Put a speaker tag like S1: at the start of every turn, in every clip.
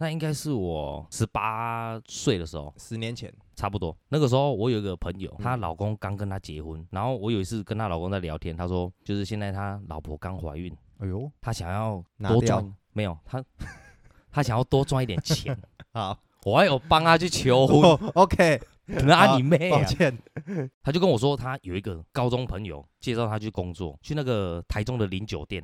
S1: 那应该是我十八岁的时候，
S2: 十年前，
S1: 差不多。那个时候我有一个朋
S2: 嗯
S1: 友，她老公刚跟她结婚，然后我有一次跟她老公在聊天，她说就是现在她老婆刚怀孕，
S2: 哎呦，
S1: 她想要
S2: 拿
S1: 多
S2: 掉
S1: 赚，没有她， 她想要多赚一点钱，
S2: 好
S1: 我还有帮她去求婚，
S2: 哦，OK，
S1: 可能啊你妹
S2: 抱
S1: 啊！
S2: 歉，
S1: 她就跟我说，她有一个高中朋友介绍她去工作，去那个台中的零酒店，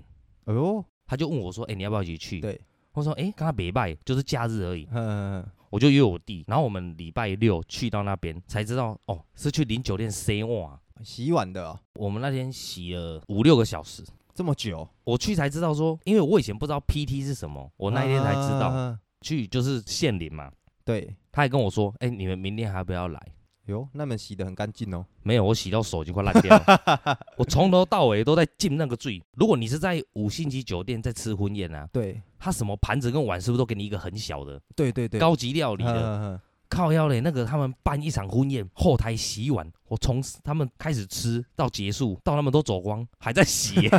S2: 哎呦，
S1: 她就问我说，哎、你要不要一起去？
S2: 对，
S1: 我说，哎、跟她别拜，就是假日而已。
S2: 嗯，
S1: 我就约我弟，然后我们礼拜六去到那边才知道，哦，是去零酒店 C 碗。
S2: 洗碗的哦
S1: 我们那天洗了五六个小时，
S2: 这么久，
S1: 我去才知道说，因为我以前不知道 PT 是什么，我
S2: 我
S1: 那一天才知道，
S2: 道，
S1: 去就是县林嘛。
S2: 啊对，
S1: 他还跟我说，哎、你们明天还要不要来？
S2: 哟，那们洗的很干净哦，
S1: 没有，我洗到手已经快烂掉了。我从头到尾都在进那个醉。如果你是在五星级酒店在吃婚宴啊，
S2: 对，
S1: 他什么盘子跟碗是不是都给你一个很小的
S2: 对对对，
S1: 高级料理
S2: 嗯
S1: 的？
S2: 嗯嗯
S1: 靠腰嘞，那个他们办一场婚宴，后台洗碗，我从他们开始吃到结束，到他们都走光，还在洗 耶、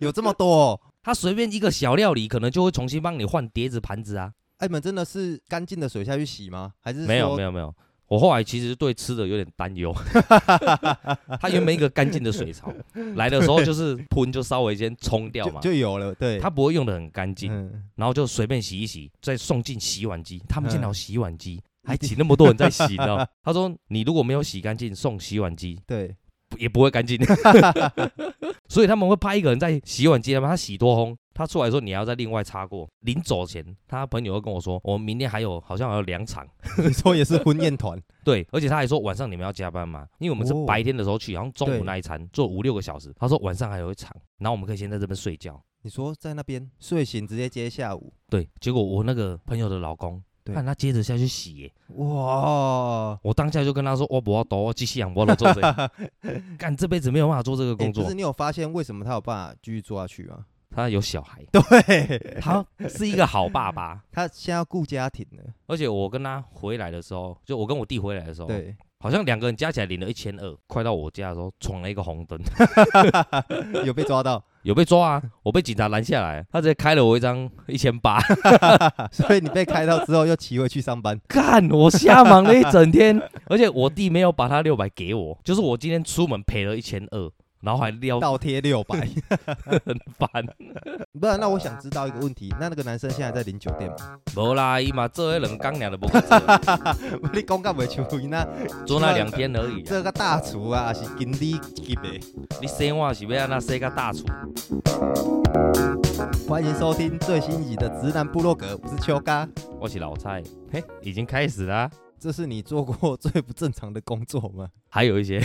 S2: 有这么多哦，
S1: 他随便一个小料理，可能就会重新帮你换碟子、盘子啊。
S2: 哎，你们真的是干净的水下去洗吗？还是
S1: 没有，没
S2: 有，
S1: 有，没有。我后来其实对吃的有点担 忧，他原本一个干净的水槽，来的时候就是喷就稍微先冲掉
S2: 就
S1: 嘛，
S2: 就有了，对，
S1: 他不会用的很干净，
S2: 嗯，
S1: 然后就随便洗一洗，再送进洗碗机。 他们竟然有
S2: 嗯
S1: 洗碗机，还请那么多人在洗，你知道吗？他说你如果没有洗干净，送洗碗机，
S2: 对，
S1: 也不会干净， 所以他们会派一个人在洗碗机那边，他洗多烘，他出来的时候你还要再另外擦过。临走前，他朋友又跟我说，我们明天还有好像还有两场，
S2: 你说也是婚宴团，
S1: 对，而且他还说晚上你们要加班嘛，因为我们是
S2: 哦
S1: 白天的时候去，好像中
S2: 对
S1: 午那一餐做五六个小时，他说晚上还有一场，然后我们可以先在这边睡觉。
S2: 你说在那边睡醒直接接下午，
S1: 对，结果我那个朋友的老公，
S2: 对
S1: 看他接着下去洗耶，
S2: 哇，
S1: 我当下就跟他说，我不要多，我继续养，我都做这 个，干这辈子没有办法做这个
S2: 哎
S1: 工
S2: 不
S1: 作
S2: 是，你有发现为什么他有办法继续做下去 吗？
S1: 他有小孩，
S2: 对，
S1: 他是一个好爸爸。
S2: 他现在要顾家庭了，
S1: 而且我跟他回来的时候，就我跟我弟回来的时候，
S2: 对，
S1: 好像两个人加起来领了一千二，快到我家的时候闯了一个红灯，
S2: 有被抓 到，
S1: 有被抓啊，我被警察拦下来，他直接开了我一张一千八，
S2: 所以你被开到之后又骑回去上班，
S1: 干，我瞎忙了一整天， 而且我弟没有把他六百给我，就是我今天出门赔了一千二。然后还撩
S2: 倒贴六 百。
S1: 很烦，
S2: 不然，那我想知道一个问题，那那个男生现在在领酒 店吗？
S1: 无啦，伊嘛做迄两工俩都无做，
S2: 你讲干袂像伊那
S1: 做那两天而已、啊。
S2: 这个大厨啊，还是经理级的。
S1: 你生我是要安那生个大厨？
S2: 欢迎收听最新一集的《直男部落格》，我是秋嘎。
S1: 我是老蔡，嘿，已经开始啦、
S2: 这是你做过最不正常的工作吗？
S1: 还有一些，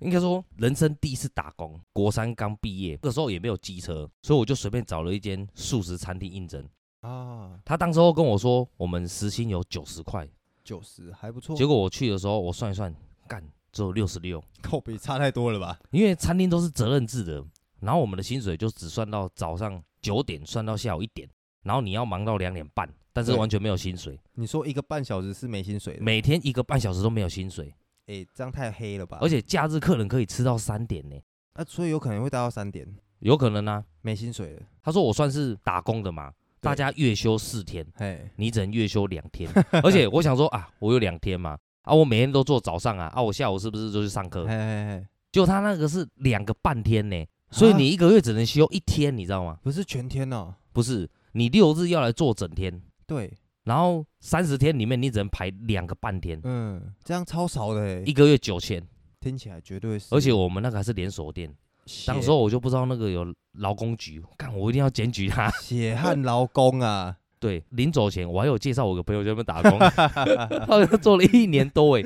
S1: 应该说人生第一次打工，国三刚毕业，那个时候也没有机车，所以我就随便找了一间素食餐厅应征。
S2: 啊，
S1: 他当时候跟我说，我们时薪有九十块，
S2: 九十还不错，
S1: 结果我去的时候，我算一算，干只有六十六，
S2: 扣比差太多了吧？
S1: 因为餐厅都是责任制的，然后我们的薪水就只算到早上九点，算到下午一点，然后你要忙到两点半，但是
S2: 对
S1: 完全没有薪水，
S2: 你说一个半小时是没薪水的，
S1: 每天一个半小时都没有薪水，
S2: 哎，这样太黑了吧？
S1: 而且假日客人可以吃到三点呢，
S2: 啊，所以有可能会待到三点，
S1: 有可能啊。
S2: 没薪水了。
S1: 他说我算是打工的嘛，
S2: 对
S1: 大家月休四天，
S2: 嘿，
S1: 你只能月休两天。 而且我想说啊，我有两天嘛，啊，我每天都做早上啊，啊，我下午是不是就去上课
S2: 嘿？嘿嘿，
S1: 就他那个是两个半天呢，所以
S2: 啊
S1: 你一个月只能休一天，你知道吗？
S2: 不是全天哦。
S1: 不是，你六日要来做整天，
S2: 对，
S1: 然后三十天里面你只能排两个半天，
S2: 嗯，这样超少的欸，
S1: 一个月九千，
S2: 听起来绝对是。
S1: 而且我们那个还是连锁店，
S2: 血
S1: 当时候我就不知道那个有劳工局，干我一定要检举他。
S2: 血汗劳工啊，
S1: 对，临走前我还有介绍我个朋友在那边打工， 他就做了一年多哎，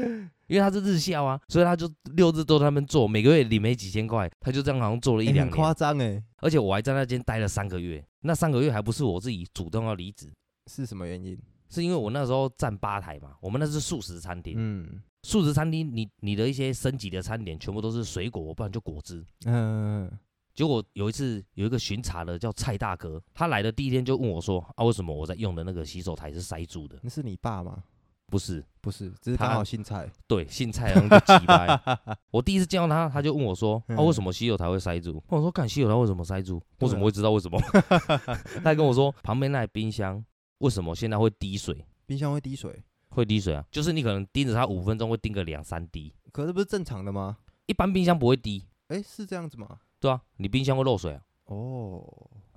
S1: 因为他是日校啊，所以他就六日都在那边做，每个月领没几千块，他就这样好像 做了一
S2: 欸
S1: 两
S2: 很
S1: 年，
S2: 夸张哎，
S1: 而且我还在那间待了三个月，那三个月还不是我自己主动要离职，
S2: 是什么原因？
S1: 是因为我那时候站吧台嘛，我们那是素食餐厅，
S2: 嗯
S1: 素食餐厅你你的一些升级的餐点全部都是水果，不然就果汁。
S2: 嗯、呃，
S1: 结果有一次有一个巡查的叫蔡大哥，他来的第一天就问我说啊，为什么我在用的那个洗手台是塞住的？
S2: 那是你爸吗？
S1: 不是，
S2: 不是，只是
S1: 他
S2: 刚好姓蔡。
S1: 对，姓蔡然后就急掰。 我第一次见到他，他就问我说：“啊，
S2: 嗯
S1: 为什么洗手台会塞住？”我
S2: 啊
S1: 说：“干洗手台为什么塞住？我怎么会知道为什么？”他还跟我说：“旁边那台冰箱为什么现在会滴水？
S2: 冰箱会滴水，
S1: 会滴水啊，就是你可能盯着它五分钟会盯个两三滴，
S2: 可是不是正常的吗？
S1: 一般冰箱不会滴，
S2: 哎，是这样子吗？
S1: 对啊，你冰箱会漏水啊，
S2: 哦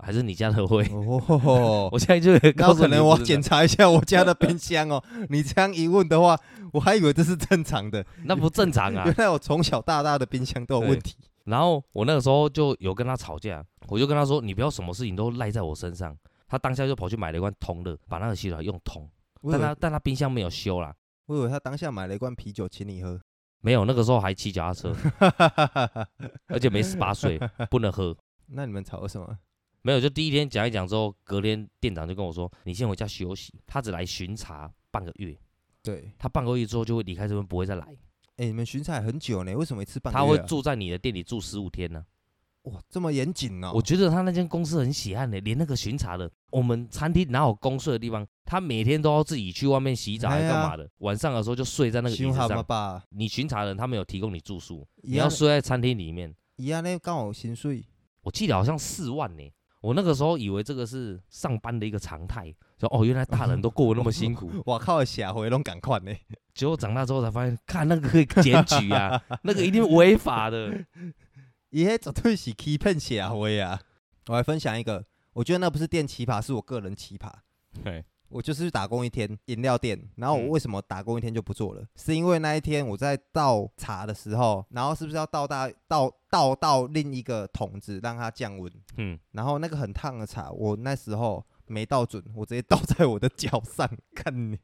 S1: 还是你家的会？
S2: 哦，
S1: 我现在就告
S2: 那
S1: 诉
S2: 可
S1: 你，
S2: 能我
S1: 不是
S2: 检查一下我家的冰 箱哦。你这样一问的话，我还以为这是正常的，
S1: 那不正常啊
S2: 原。来我从小到大的冰箱都有问题。
S1: 然后我那个时候就有跟他吵架，我就跟他说，你不要什么事情都赖在我身上。他当下就跑去买了一罐通乐，把那个洗澡用通，
S2: 我以
S1: 但他
S2: 为
S1: 但他冰箱没有修啦，
S2: 我以为他当下买了一罐啤酒请你喝，
S1: 没有，那个时候还骑脚踏车，而且没十八岁，不能喝。
S2: 那你们吵了什么？
S1: 没有，就第一天讲一讲之后，隔天店长就跟我说：“你先回家休息。”他只来巡查半个月，
S2: 对，
S1: 他半个月之后就会离开这边，不会再来。
S2: 哎，你们巡查很久呢，为什么一次半个
S1: 他会
S2: 月啊
S1: 住在你的店里住十五天呢、
S2: 哇这么严谨哦呢？
S1: 我觉得他那间公司很血汗的、连那个巡查的，我们餐厅哪有公睡的地方？他每天都要自己去外面洗澡，
S2: 哎
S1: 还
S2: 呀
S1: 干嘛的？晚上的时候就睡在那个椅
S2: 凶
S1: 子
S2: 好嘛
S1: 上。
S2: 吧？
S1: 你巡查人他没有提供你住宿，
S2: 一
S1: 你要
S2: 样
S1: 睡在餐厅里面。
S2: 一样呢，刚好薪水
S1: 我记得好像四万呢、我那个时候以为这个是上班的一个常态，说哦，原来大人都过得那么辛苦。
S2: 我靠，下回拢赶快呢。
S1: 结果长大之后才发现，看那个可以检举啊，那个一定违法 的。
S2: 伊迄绝对是欺骗社会啊！我来分享一个，我觉得那不是店奇葩，是我个人奇葩。
S1: 嘿
S2: 我就是去打工一天，饮料店。然后我
S1: 嗯
S2: 为什么打工一天就不做了？是因为那一天我在倒茶的时候，然后是不是要倒大倒倒到另一个桶子让它降温？
S1: 嗯，
S2: 然后那个很烫的茶，我那时候没倒准，我直接倒在我的脚上， 看你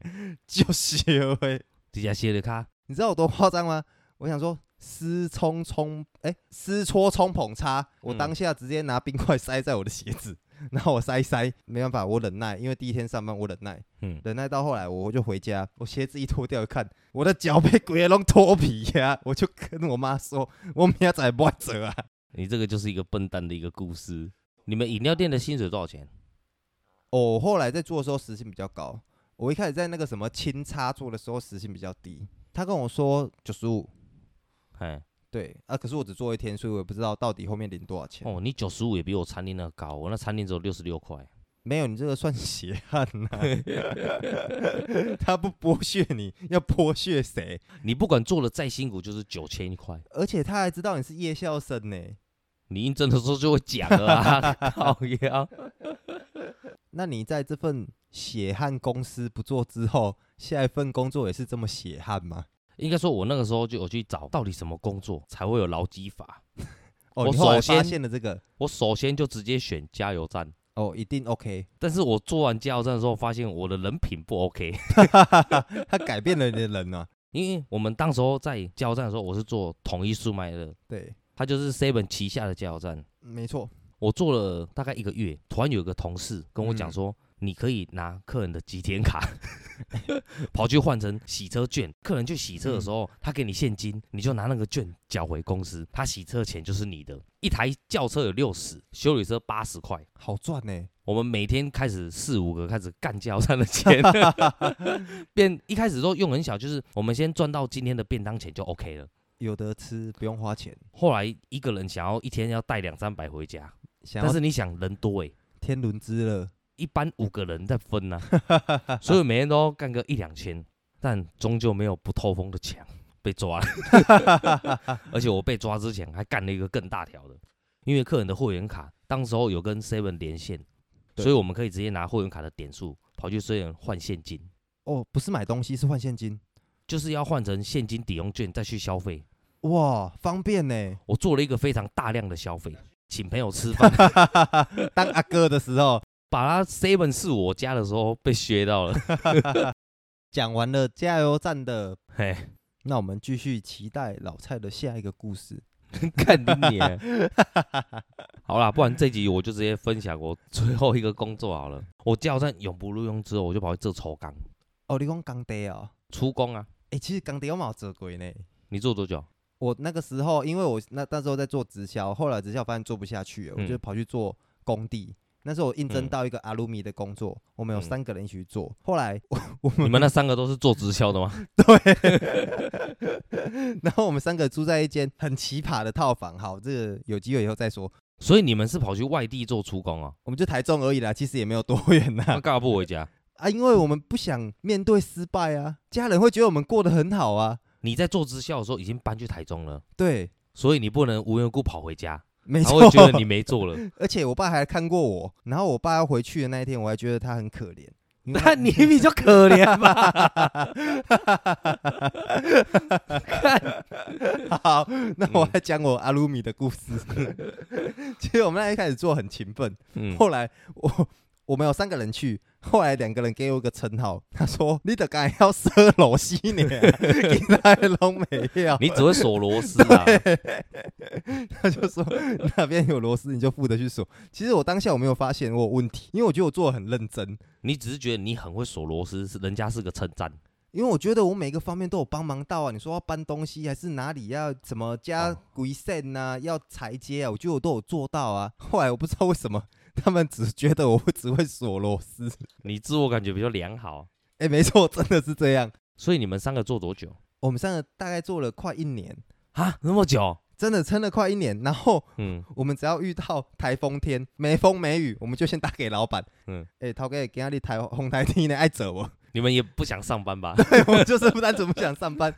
S2: 就血味。
S1: 底下写的卡，
S2: 你知道有多夸张吗？我想说丝冲冲，哎、丝搓冲捧擦，我
S1: 嗯
S2: 当下直接拿冰块塞在我的鞋子， 然后我塞一塞，没办法，我忍耐，因为第一天上班我忍耐，
S1: 嗯，
S2: 忍耐到后来我就回家，我鞋子一脱掉一看，我的脚被鬼龙脱皮呀、 我就跟我妈说，我明仔不会走啊，
S1: 你这个就是一个笨蛋的一个故事。你们饮料店的薪水多少钱？
S2: 哦，我后来在做的时候时薪比较高，我一开始在那个什么清差做的时候时薪比较低，他跟我说九十五，
S1: 哎，
S2: 对啊，可是我只做一天，所以我也不知道到底后面领多少钱。
S1: 哦，你九十五也比我餐厅那个高，我那餐厅只有六十六块。
S2: 没有，你这个算血汗 呐、他不剥削你，要剥削谁？
S1: 你不管做的再辛苦，就是九千一块。
S2: 而且他还知道你是夜校生呢。
S1: 你应征的时候就会讲了啊， 靠呀！
S2: 那你在这份血汗公司不做之后，下一份工作也是这么血汗吗？
S1: 应该说，我那个时候就有去找到底什么工作才会有劳基法。
S2: 哦，
S1: 我
S2: 你后来
S1: 首先
S2: 发现了这个，
S1: 我首先就直接选加油站，
S2: 哦，一定 OK。
S1: 但是我做完加油站的时候，发现我的人品不 OK。
S2: 他改变了你的人啊。
S1: 因为我们当时候在加油站的时候，我是做统一速卖的，
S2: 对，
S1: 它就是 Seven 旗下的加油站。
S2: 没错。
S1: 我做了大概一个月，突然有一个同事跟我讲说，你可以拿客人的几点卡， 跑去换成洗车券。客人去洗车的时候，他给你现金，你就拿那个券缴回公司，他洗车钱就是你的。一台轿车有六十，修理车八十块。
S2: 好赚呢、
S1: 我们每天开始四五个开始干加油站的钱，变一开始都用很小，就是我们先赚到今天的便当钱就 OK 了。
S2: 有得吃，不用花钱。
S1: 后来一个人想要一天要带两三百回家，
S2: 想
S1: 但
S2: 要
S1: 是你想人多欸诶、
S2: 天伦之乐，
S1: 一般五个人在分呐、所以每天都干个一两千，但终究没有不透风的墙， 被抓了。而且我被抓之前还干了一个更大条的，因为客人的会员卡当时候有跟 Seven 连线，
S2: 对
S1: 所以我们可以直接拿会员卡的点数跑去 Seven 换现金，
S2: 哦，不是买东西，是换现金。
S1: 就是要换成现金抵用券再去消费。
S2: 哇，方便呢、
S1: 我做了一个非常大量的消费，请朋友吃 饭，
S2: 当阿哥的时候，
S1: 把他 Seven 是我家的时候被削到了。
S2: 讲完了加油站的，
S1: 嘿，
S2: 那我们继续期待老蔡的下一个故事。
S1: 看你娘！好啦，不然这集我就直接分享我最后一个工作好了。我加油站永不录用之后，我就跑去做抽钢
S2: 哦，你讲钢爹哦，
S1: 出工啊。
S2: 哎、其实钢爹我嘛有做过呢。
S1: 你做 多久？
S2: 我那个时候，因为我那那时候在做直销，后来直销发现做不下去了，我就
S1: 嗯
S2: 跑去做工地。那时候我应征
S1: 嗯
S2: 到一个阿鲁米的工作，我们有
S1: 嗯
S2: 三个人一起去做。后来
S1: 你们那三个都是做直销的吗？
S2: 然后我们三个住在一间很奇葩的套房，好，这个有机会以后再说。
S1: 所以你们是跑去外地做出工啊？
S2: 我们就台中而已啦，其实也没有多远呐、
S1: 那干嘛不回家？
S2: 啊，因为我们不想面对失败啊，家人会觉得我们过得很好啊。
S1: 你在做直销的时候已经搬去台中了，
S2: 对，
S1: 所以你不能无缘无故跑回家，
S2: 没
S1: 他
S2: 错。
S1: 会觉得你没做了。
S2: 而且我爸还看过我，然后我爸要回去的那一天，我还觉得他很可怜。因为他
S1: 那 你比较可怜吧？
S2: 好，那
S1: 嗯
S2: 我来讲我阿鲁米的故事。 其实我们那一开始做很勤奋，
S1: 嗯，
S2: 后来我 我们有三个人去，后来两个人给我一个称号，他说：“你的该要射螺西呢， 给他龙没有。”
S1: 你只会锁螺丝啊。
S2: 他就说哪边有螺丝你就负责去锁。其实我当下我没有发现我有问题，因为我觉得我做的很认真，
S1: 你只是觉得你很会锁螺丝，是人家是个称赞。
S2: 因为我觉得我每个方面都有帮忙到啊。你说要搬东西还是哪里要怎么加
S1: 哦
S2: 规线呐，要裁接啊，我觉得我都有做到啊。后来我不知道为什么 他们只觉得我只会锁螺丝，
S1: 你自我感觉比较良好，
S2: 哎、没错，真的是这样。
S1: 所以你们三个做多久
S2: 我们三个大概做了快一年，
S1: 啊？那么久？
S2: 真的撑了快一年，然后
S1: 嗯，
S2: 我们只要遇到台风天，没风没雨，我们就先打给老板。嗯
S1: 嗯，
S2: 哎、涛哥，今仔日台红台天呢，爱走 我，
S1: 你们也不想上班 吧？
S2: 对我就是不单纯不想上班，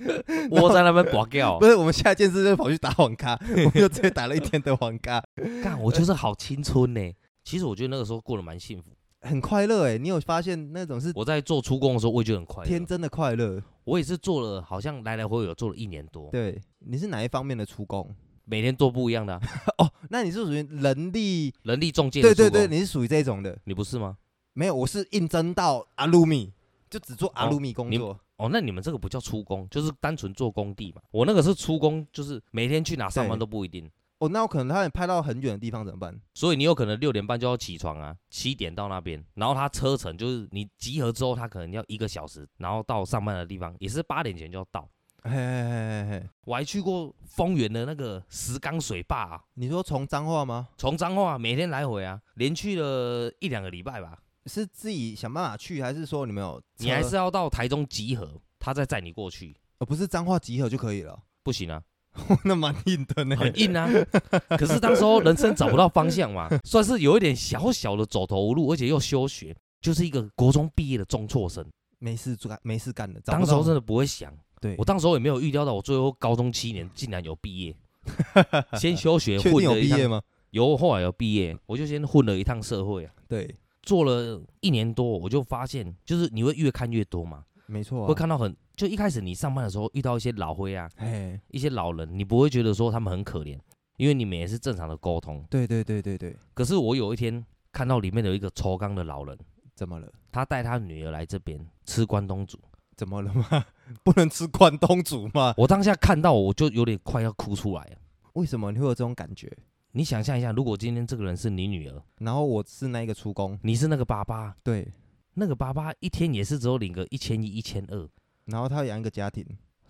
S1: 窝在那边拔掉
S2: 不，是我们下一件事就是跑去打网咖， 我们就直接打了一天的网咖，
S1: 干，我就是好青春呢、其实我觉得那个时候过得蛮幸福。
S2: 很快乐哎、你有发现那种是
S1: 我在做出工的时候，我也觉得很快
S2: 天
S1: 乐。
S2: 真的快乐？
S1: 我也是做了，好像来来回回有做了一年多，
S2: 对，你是哪一方面的出工？
S1: 每天做不一样的啊、
S2: 哦，那你是属于人力，
S1: 人力中介的
S2: 对对
S1: 出工
S2: 对，你是属于这种的。
S1: 你不是吗？
S2: 没有，我是应征到阿鲁米，就只做阿
S1: 哦
S2: 鲁米工
S1: 你
S2: 作。
S1: 哦，那你们这个不叫出工，就是单纯做工地嘛。我那个是出工，就是每天去哪上班
S2: 对
S1: 都不一定，
S2: 哦，那我可能他们派到很远的地方怎么办？
S1: 所以你有可能六点半就要起床啊，七点到那边，然后他车程就是你集合之后，他可能要一个小时，然后到上班的地方也是八点前就要到。
S2: 嘿嘿嘿嘿嘿。
S1: 我还去过丰原的那个石冈水坝、啊，
S2: 你说从脏话吗？
S1: 从彰化每天来回啊，连去了一两个礼拜吧。
S2: 是自己想办法去，还是说你们有车？
S1: 你还是要到台中集合，他再载你过去，
S2: 哦，不是脏话集合就可以了？
S1: 不行啊，
S2: 那蛮硬的呢。
S1: 很硬啊。可是当时候人生找不到方向嘛，算是有一点小小的走投无路，而且又休学，就是一个国中毕业的中辍生。
S2: 没事做，没事干的。找不
S1: 当时候
S2: 到
S1: 真的不会想，
S2: 对，
S1: 我当时候也没有预料到，我最后高中七年竟然有毕 业，先休学
S2: 确
S1: 混
S2: 定有
S1: 了
S2: 毕
S1: 一
S2: 业
S1: 趟，
S2: 吗？
S1: 有后来有毕业，我就先混了一趟社会啊。
S2: 对，
S1: 做了一年多，我就发现，就是你会越看越多嘛，
S2: 没错、啊。
S1: 会看到很，就一开始你上班的时候遇到一些老灰啊，
S2: 哎，
S1: 一些老人，你不会觉得说他们很可怜，因为你们也是正常的沟通。
S2: 对对对对对，
S1: 可是我有一天看到里面有一个抽缸的老人，
S2: 怎么了？
S1: 他带他女儿来这边吃关东煮，
S2: 怎么了吗？ 不能吃关东煮吗？
S1: 我当下看到我就有点快要哭出来了。
S2: 为什么你会有这种感觉？
S1: 你想象一下，如果今天这个人是你女儿，
S2: 然后我是那一个出工，
S1: 你是那个爸爸，
S2: 对，
S1: 那个爸爸一天也是只有领个一千一、一千二，
S2: 然后他养一个家庭，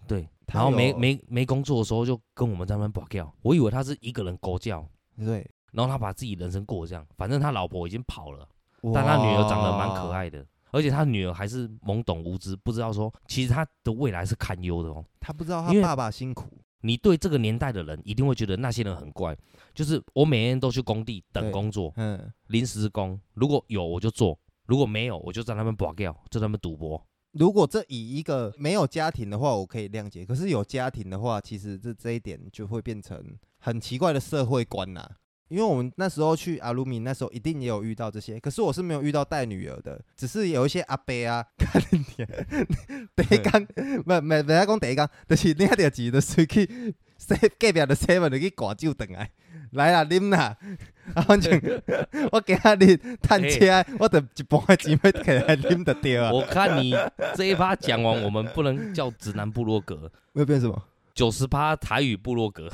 S1: 对，
S2: 他
S1: 然后没
S2: 有
S1: 没没工作的时候就跟我们在那边跑掉，我以为他是一个人狗叫，
S2: 对，
S1: 然后他把自己人生过得这样，反正他老婆已经跑了，但他女儿长得蛮可
S2: 哇，
S1: 爱的，而且他女儿还是懵懂无知，不知道说其实他的未来是堪忧的哦。
S2: 他不知道
S1: 因
S2: 他
S1: 为
S2: 爸爸辛苦，
S1: 你对这个年代的人一定会觉得那些人很怪，就是我每天都去工地等
S2: 对
S1: 工作，
S2: 嗯，
S1: 临时工，如果有我就做，如果没有我就在那边跑掉，就在那边赌博。
S2: 如果这以一个没有家庭的话，我可以谅解；可是有家庭的话，其实这这一点就会变成很奇怪的社会观呐、因为我们那时候去阿鲁米，那时候一定也有遇到这些，可是我是没有遇到带女儿的，只是有一些阿伯啊， 看你第一缸，不不不要讲第一缸，就是你着钱，就是去 隔壁的 seven 就去挂酒倒来，来啦啉啦，啊反正 我今仔日趁车，我着一半的钱要摕来啉就对 啊，
S1: 我看你这一趴讲完，我们不能叫直男部落格，
S2: 会变什么？
S1: 九十趴台语部落格。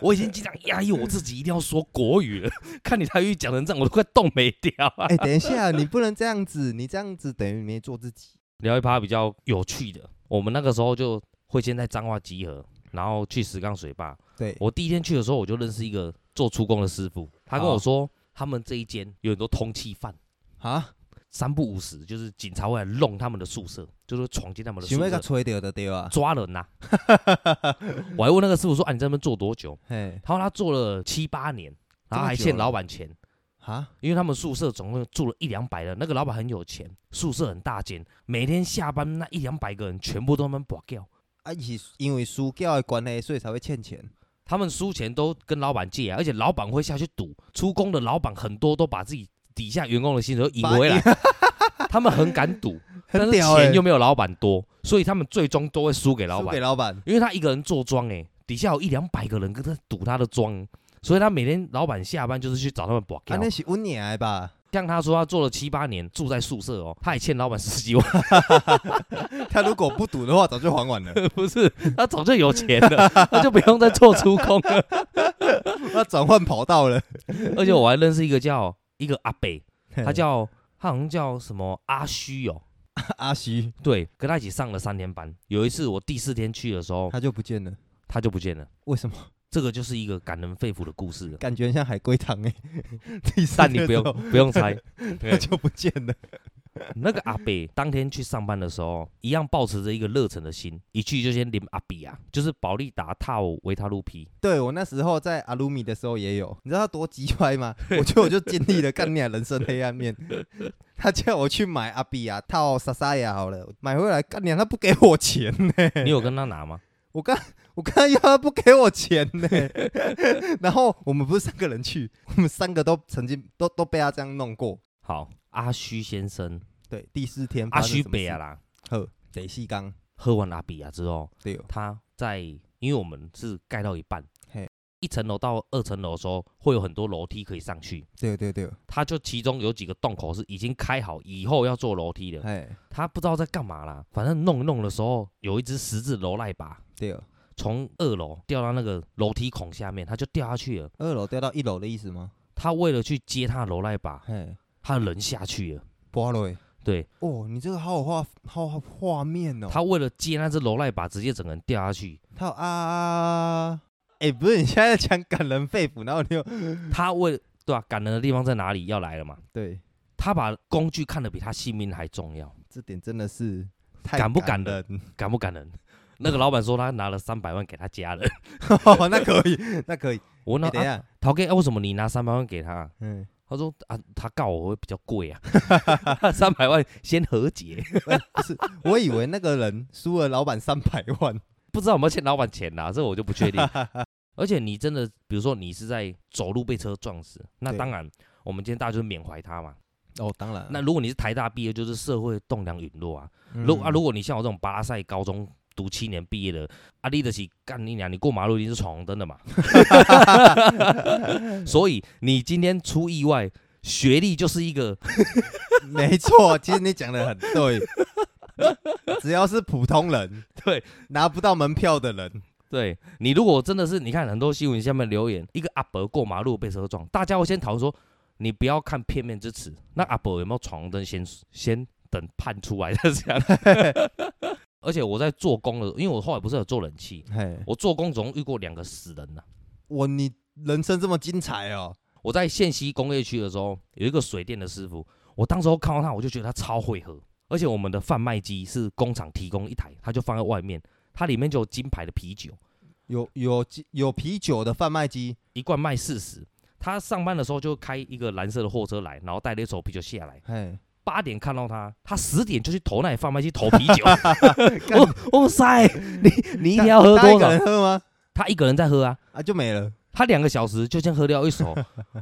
S1: 我已经经常压抑我自己，一定要说国语了。看你台语讲成这样，我都快冻没掉啊！
S2: 哎、等一下，你不能这样子，你这样子等于没做自己。
S1: 聊一趴比较有趣的，我们那个时候就会先在彰化集合，然后去石冈水坝。
S2: 对，
S1: 我第一天去的时候，我就认识一个做出工的师傅，他跟
S2: 哦
S1: 我说，他们这一间有很多通缉犯。
S2: 啊，
S1: 三不五时，就是警察会来弄他们的宿舍，就是闯进他们的宿
S2: 想要甲
S1: 舍
S2: 吹掉的对啊。
S1: 抓人呐、 我还问那个师傅说：“啊，你在那边做多久
S2: 嘿？”，
S1: 他说他做了七八年，然后还欠老板钱。
S2: 啊，
S1: 因为他们宿舍总共住了一两百人，那个老板很有钱，宿舍很大间，每天下班那一两百个人全部都他们保掉，
S2: 啊，一起因为输掉的关系，所以才会欠钱。
S1: 他们输钱都跟老板借啊，而且老板会下去赌，出工的老板很多都把自己底下员工的薪水都赢回来， 他们很敢赌，但
S2: 很
S1: 是
S2: 屌欸
S1: 钱又没有老板多，所以他们最终都会输给老
S2: 输
S1: 板
S2: 给，老板，
S1: 因为他一个人做庄哎、底下有一两百个人跟他赌他的庄，所以他每天老板下班就是去找他们保
S2: 啊，
S1: 掉。
S2: 那是温年的吧？
S1: 像他说他做了七八年住在宿舍哦，他也欠老板十几万，
S2: 他如果不赌的话，早就还 完了。
S1: 不是他早就有钱了， 他就不用再做出工 了。
S2: 他转换跑道了，
S1: 而且我还认识一个叫一个阿北，
S2: 嗯
S1: 他叫他好像叫什么阿虚哦，
S2: 阿西，
S1: 对，跟他一起上了三天班。有一次我第四天去的时候，
S2: 他就不见了。
S1: 他就不见了。
S2: 为什么？
S1: 这个就是一个感人肺腑的故事了，
S2: 感觉很像海龟汤哎。第四
S1: 但你
S2: 天
S1: 不用
S2: 之后
S1: 不用猜，
S2: 他就不见了。
S1: 那个阿北当天去上班的时候，一样保持着一个热忱的心，一去就先淋阿比啊，就是保利达套维他露 P。
S2: 对我那时候在阿鲁米的时候也有，你知道他多鸡歪 吗？我觉得我就经历了干你啊人生黑暗面。 他叫我去买阿比亚啊套莎莎雅好了，买回来干娘他不给我钱呢、
S1: 你有跟他拿 吗？
S2: 我刚我刚要他不给我钱呢、 然后我们不是三个人去，我们三个都曾经都都被他这样弄过。
S1: 好，阿虚先生，
S2: 对，第四天
S1: 阿虚北啊，啦，
S2: 呵，得细刚
S1: 喝完阿比啊之后，
S2: 对哦，
S1: 他在因为我们是盖到一半
S2: 嘿，
S1: 一层楼到二层楼的时候会有很多楼梯可以上去，
S2: 对哦对哦对哦，
S1: 他就其中有几个洞口是已经开好，以后要做楼梯的。
S2: 哎
S1: 他不知道在干嘛啦，反正弄一弄的时候，有一只十字楼赖把，
S2: 对哦，
S1: 从二楼掉到那个楼梯孔下面，他就掉下去了。
S2: 二楼掉到一楼的意思吗？
S1: 他为了去接他的楼赖把，
S2: 嘿，
S1: 他人下去了。
S2: 菠萝。
S1: 对
S2: 哦，你这个好有画，好好画面哦。
S1: 他为了接那只楼赖把，直接整个人掉下去。
S2: 他有啊，哎、不是，你现在讲感人肺腑，然后你又
S1: 他为对啊，感人的地方在哪里？要来了嘛？
S2: 对，
S1: 他把工具看得比他性命还重要，
S2: 这点真的是太
S1: 感不
S2: 感
S1: 感
S2: 人？
S1: 感不感人？那个老板说他拿了三百万给他家 人。
S2: 哦，那可以，那可以。
S1: 我
S2: 你、
S1: 问他
S2: 哎等一
S1: 啊
S2: 下，
S1: 陶哥、啊，为什么你拿三百万给他？
S2: 嗯，
S1: 他说啊，他告我会比较贵啊， 三百万先和解，
S2: 不是，我以为那个人输了老板三百万，
S1: 不知道有没有欠老板钱啦、这我就不确定。 而且你真的，比如说你是在走路被车撞死，那
S2: 对
S1: 当然我们今天大家就是缅怀他嘛。
S2: 哦，当然啊
S1: 那如果你是台大毕业，就是社会栋梁陨落啊。
S2: 嗯
S1: 如、啊，如果你像我这种巴拉塞高中读七年毕业的，啊，立得起干你娘，你过马路一定是闯红灯的 嘛。 所以你今天出意外，学历就是一个
S2: 没错，其实你讲的很对。 只要是普通人，
S1: 对
S2: 拿不到门票的人，
S1: 对你如果真的是，你看很多新闻下面留言，一个阿伯过马路被车撞，大家会先讨论说，你不要看片面之词，那阿伯有没有闯红灯先先等判出来再讲。而且我在做工的时候，因为我后来不是有做冷气，
S2: 嘿，
S1: 我做工总共遇过两个死人呐、啊
S2: 我你人生这么精彩哦，
S1: 我在县西工业区的时候，有一个水电的师傅，我当时候看到他，我就觉得他超会喝，而且我们的贩卖机是工厂提供一台，他就放在外面，它里面就有金牌的啤酒，
S2: 有有有啤酒的贩卖机，
S1: 一罐卖四十。他上班的时候就开一个蓝色的货车来，然后带了一手啤酒下来。
S2: 嘿，
S1: 八点看到他，他十点就去投那里贩卖机投啤 酒。我哇塞，你你一天要喝
S2: 大家一
S1: 多
S2: 个
S1: 少
S2: 人？喝吗？
S1: 他一个人在喝啊，
S2: 啊，就没了。
S1: 他两个小时就先喝掉一手。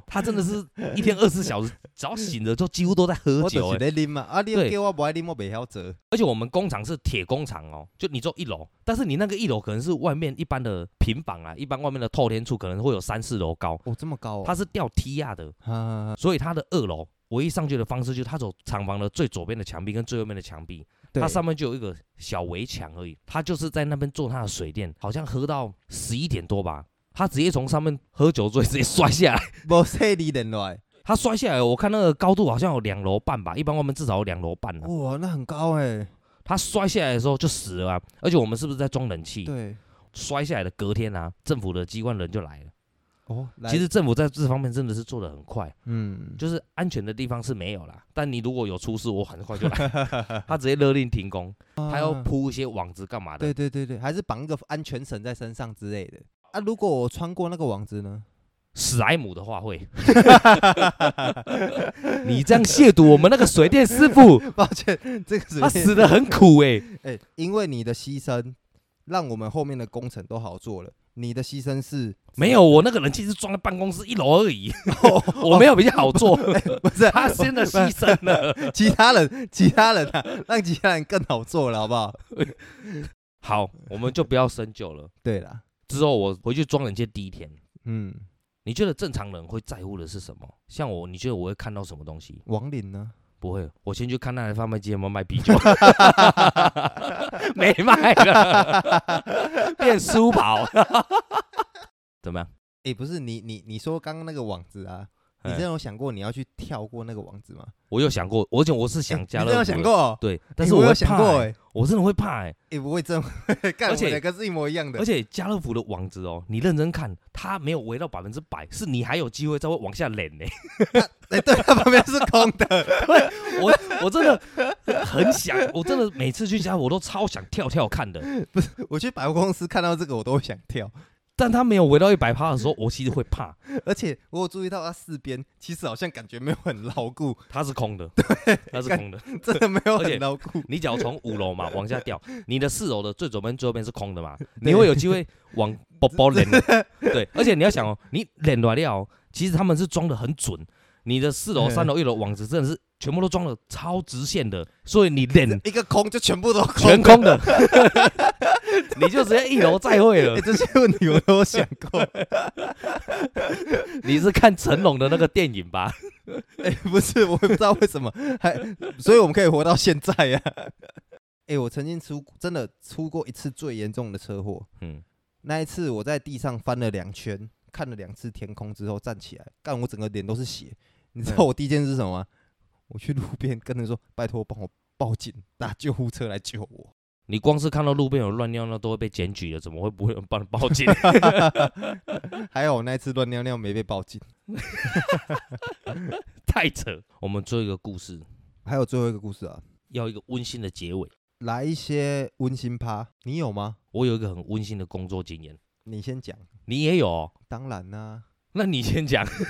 S1: 他真的是一天二十四小时，只要醒着就几乎都在喝
S2: 我
S1: 酒、
S2: 就是
S1: 欸。
S2: 在啉嘛，啊，你
S1: 对
S2: 叫我不爱啉，我袂晓做。
S1: 而且我们工厂是铁工厂哦，就你做一楼，但是你那个一楼可能是外面一般的平房啊，一般外面的透天处可能会有三四楼高，
S2: 哦，这么高哦。
S1: 它是吊梯亚的，
S2: 啊，
S1: 所以它的二楼唯一上去的方式就是它走厂房的最左边的墙壁跟最右边的墙壁，
S2: 对
S1: 它上面就有一个小围墙而已，它就是在那边做它的水电，好像喝到十一点多吧，他直接从上面喝酒醉直接摔下来，
S2: 无细你人来。
S1: 他摔下来，我看那个高度好像有两楼半吧，一般外面至少有两楼半、啊，
S2: 哇，那很高哎。
S1: 他摔下来的时候就死了啊，而且我们是不是在装冷气？
S2: 对，
S1: 摔下来的隔天啊，政府的机关人就来了。
S2: 哦，来
S1: 其实政府在这方面真的是做的很快，
S2: 嗯，
S1: 就是安全的地方是没有啦，但你如果有出事，我很快就 来。他直接勒令停工，他要
S2: 啊
S1: 铺一些网子干嘛的？
S2: 对对对对，还是绑一个安全绳在身上之类的。啊，如果我穿过那个网子呢？
S1: 史莱姆的话会， 你这样亵渎我们那个水电师傅，
S2: 抱歉，这个是
S1: 他啊 死的很苦哎、
S2: 哎、因为你的牺牲，让我们后面的工程都好做了。你的牺牲是
S1: 没有，我那个人气是装在办公室一楼而已，
S2: 哦
S1: 我没有比较好 做，
S2: 不是
S1: 他先的牺牲了。
S2: 其他人，其他人啊， 让其他人更好做了，好不好？
S1: 好，我们就不要深究了。
S2: 对啦，
S1: 之后我回去装人界第一天，
S2: 嗯，
S1: 你觉得正常人会在乎的是什么？像我，你觉得我会看到什么东西？
S2: 王林呢？
S1: 不会，我先去看那台贩卖机有没有卖啤酒， 没卖了， 变书跑，怎么样？
S2: 哎、不是你，你你说刚刚那个网子啊，
S1: 哎
S2: 你真的有想过你要去跳过那个网子吗？
S1: 我有想过，而且我是
S2: 哎
S1: 想加
S2: 你
S1: 乐
S2: 真
S1: 福
S2: 的
S1: 的，
S2: 有想过哦？
S1: 对，
S2: 哎
S1: 但是
S2: 我
S1: 我
S2: 有
S1: 会
S2: 想
S1: 怕
S2: 过
S1: 欸
S2: 哎，
S1: 我真的会怕哎，
S2: 哎，不会这么 干，
S1: 而
S2: 我
S1: 且
S2: 们两个是一模一样的
S1: 而。且家乐福的网子哦，你认真看，它没有围到百分之百，是你还有机会再会往下敛 呢。
S2: 哎，对，它 旁边是空的。
S1: 我我真的很想，我真的每次去家我都超想跳跳看的，
S2: 我去百货公司看到这个，我都会想跳。
S1: 但它没有围到一百趴的时候，我其实会怕，
S2: 而且我有注意到它四边其实好像感觉没有很牢固，
S1: 它是 空的，对，它是空的。
S2: 真的没有
S1: 而且
S2: 很牢固。
S1: 你只要从五楼嘛往下 掉，你的四楼的最左边最右边是空的嘛，
S2: 对
S1: 你会有机会往包包 连。对，而且你要想哦，你连完了哦，其实他们是装的很准，你的四楼、
S2: 嗯
S1: 三楼、一楼网子真的是全部都装的超直线的，所以你连
S2: 一个空就全部都空，
S1: 全空的， 你就直接一楼再会了
S2: 哎、。这些问题我都有想过。
S1: 你是看成龙的那个电影 吧？
S2: 哎、 不是，我也不知道为什么， 还所以我们可以活到现在呀、 哎、我曾经出真的出过一次最严重的车祸，
S1: 嗯，
S2: 那一次我在地上翻了两圈，看了两次天空之后站起来，干我整个脸都是血。你知道
S1: 嗯
S2: 我第一件事是什么吗？我去路边跟人说：“拜托帮我报警，打救护车来救我。
S1: 你光是看到路边有乱尿尿都会被检举的，怎么会不会有人帮你报警？”
S2: 还好我那一次乱尿尿没被报警。
S1: 太扯！我们最后一个故事
S2: 还有最后一个故事啊，
S1: 要一个温馨的结尾。
S2: 来一些温馨趴，你有吗？
S1: 我有一个很温馨的工作经验，
S2: 你先讲。
S1: 你也有、哦？
S2: 当然啊啦、
S1: 那你先讲。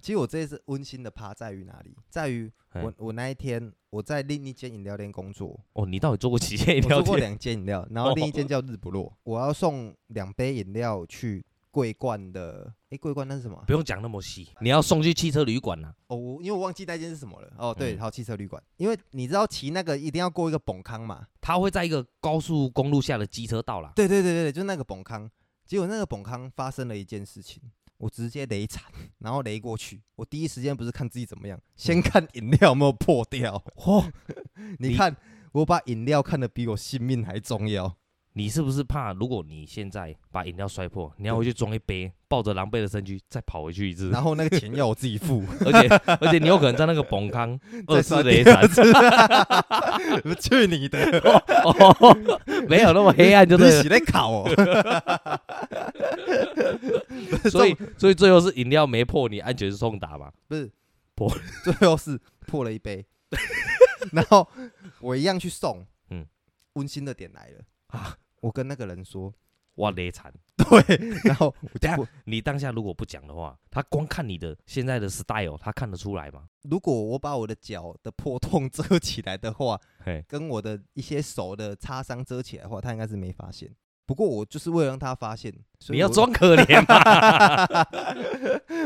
S2: 其实我这一次温馨的趴在于哪里？在于
S1: 嘿
S2: 我我那一天我在另一间饮料店工作，
S1: 哦，你到底做过几件饮
S2: 我
S1: 料
S2: 做过
S1: 店？
S2: 两间饮料，然后另一间叫日不落，我要送两杯饮料去桂冠的，诶，桂冠那是什么啊
S1: 不？用讲那么细，你要送去汽车旅馆呐、
S2: 哦，我因为我忘记那间是什么了。哦，对，
S1: 嗯
S2: 好，汽车旅馆，因为你知道骑那个一定要过一个崩康嘛，
S1: 它会在一个高速公路下的机车道啦。
S2: 对对对对，就是那个崩康。结果那个崩康发生了一件事情，我直接雷惨，然后雷过去。我第一时间不是看自己怎么样，先看饮料有没有破掉。
S1: 嗯 哦，
S2: 你
S1: 你
S2: 看，我把饮料看得比我性命还重 要。
S1: 你是不是怕如果你现在把饮料摔破，你要回去装一杯，抱着狼狈的身躯再跑回去一次？
S2: 然后那个钱要我自 己付，
S1: 而且而且你有可能在那个崩康二次雷
S2: 再
S1: 闪，
S2: 我去你的！
S1: 哦，没有那么黑暗，就
S2: 你
S1: 对
S2: 洗
S1: 了。
S2: 在烤 哦。
S1: 所以所以最后是饮料没破，你安全送达嘛？
S2: 不是
S1: 破，
S2: 最后是破了 一杯，然后我一样去送。嗯
S1: 嗯，
S2: 温馨的点来了啊
S1: 啊！
S2: 我跟那个人说，
S1: 哇，雷惨！
S2: 对，然后我
S1: 等下
S2: 就不
S1: 你当下如果不讲的话，他光看你的现在的 style，他看得出来吗？
S2: 如果我把我的脚的破洞遮起来的话，
S1: 嘿，
S2: 跟我的一些手的擦伤遮起来的话，他应该是没发现。不过我就是为了让他发现，所以
S1: 你要
S2: 我
S1: 装可怜嘛？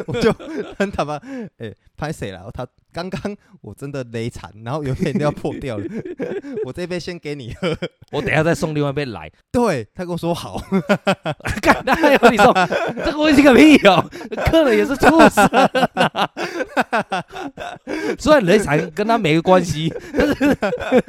S2: 我就很坦白，哎、拍谁了？他刚刚我真的累惨，然后有点要破掉了， 我这杯先给你 喝。
S1: 我等一下再送另外一杯来，
S2: 对他跟我说好，
S1: 干那还有你送，这个问题个屁哦！客人也是畜生、啊， 虽然雷惨跟他没关系，但是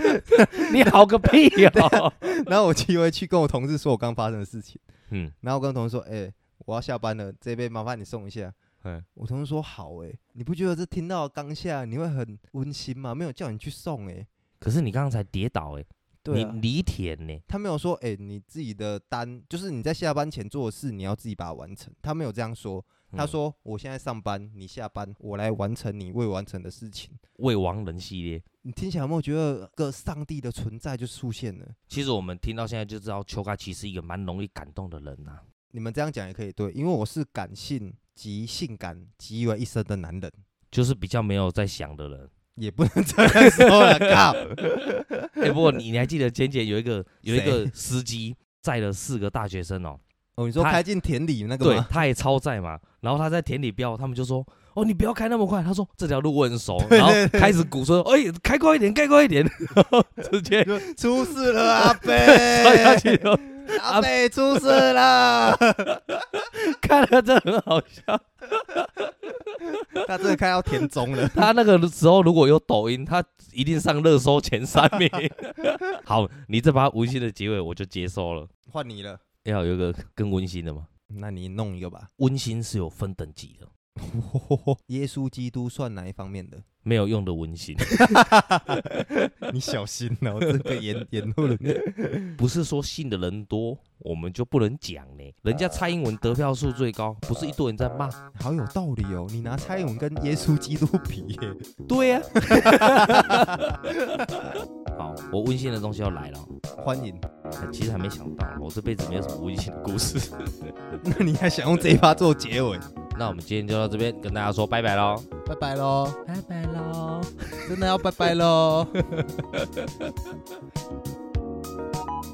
S1: 你好个屁哦！
S2: 然后我骑回去跟我同事说我刚发生的事情，
S1: 嗯，
S2: 然后我跟同事说，哎、我要下班了，这杯麻烦你送一下。
S1: 嗯
S2: 我同事说好哎、你不觉得这听到当下你会很温馨吗？没有叫你去送哎、
S1: 可是你刚才跌倒哎、
S2: 对啊
S1: 你犁田呢、
S2: 他没有说，哎、你自己的单就是你在下班前做的事，你要自己把它完成。他没有这样说，他
S1: 嗯
S2: 说我现在上班，你下班，我来完成你未完成的事情。
S1: 未亡人系列。
S2: 你听起来有没有觉得个上帝的存在就出现了？
S1: 其实我们听到现在就知道，秋嘎其实一个蛮容易感动的人呐、
S2: 你们这样讲也可以对，因为我是感性及性感集为一身的男人，
S1: 就是比较没有在想的人。
S2: 也不能 这样说了，靠！
S1: 哎、不过你你还记得前姐有一个有一
S2: 谁
S1: 个司机载了四个大学生哦，
S2: 哦，你说
S1: 他
S2: 开进田里那个
S1: 对
S2: 吗，？
S1: 他也超载嘛，然后他在田里飙，他们就说。哦，你不要开那么快。他说这条路我很 熟，然后开始鼓说：“哎、开快一点，开快一点。” 然后直 接
S2: 对，出事了，阿
S1: 跳下
S2: 贝，
S1: 去了。
S2: 阿贝出事了，
S1: 看了真的很好笑。
S2: 他真的开到田中了。
S1: 他那个时候如果有抖音，他一定上热搜前三名。 好，你这把温馨的结尾我就接受了。
S2: 换你了，
S1: 要有一个更温馨的吗？
S2: 那你弄一个 吧。
S1: 温馨是有分等级的，
S2: 耶稣基督算哪一方面的？
S1: 没有用的温馨，
S2: 你小心 哦，这个言言论。嗯
S1: 不是说信的人多我们就不能讲呢。人家蔡英文得票数最高，不是一堆人在骂？
S2: 好有道理哦！你拿蔡英文跟耶稣基督比耶，
S1: 对呀、 好，我温馨的东西要来了，
S2: 欢迎。
S1: 其实还没想到，我这辈子没有什么温馨的故事。
S2: 那你还想用这一趴做结尾？
S1: 那我们今天就到这边，跟大家说拜拜喽，
S2: 拜拜喽，
S1: 拜拜喽。
S2: 真的要拜拜喽。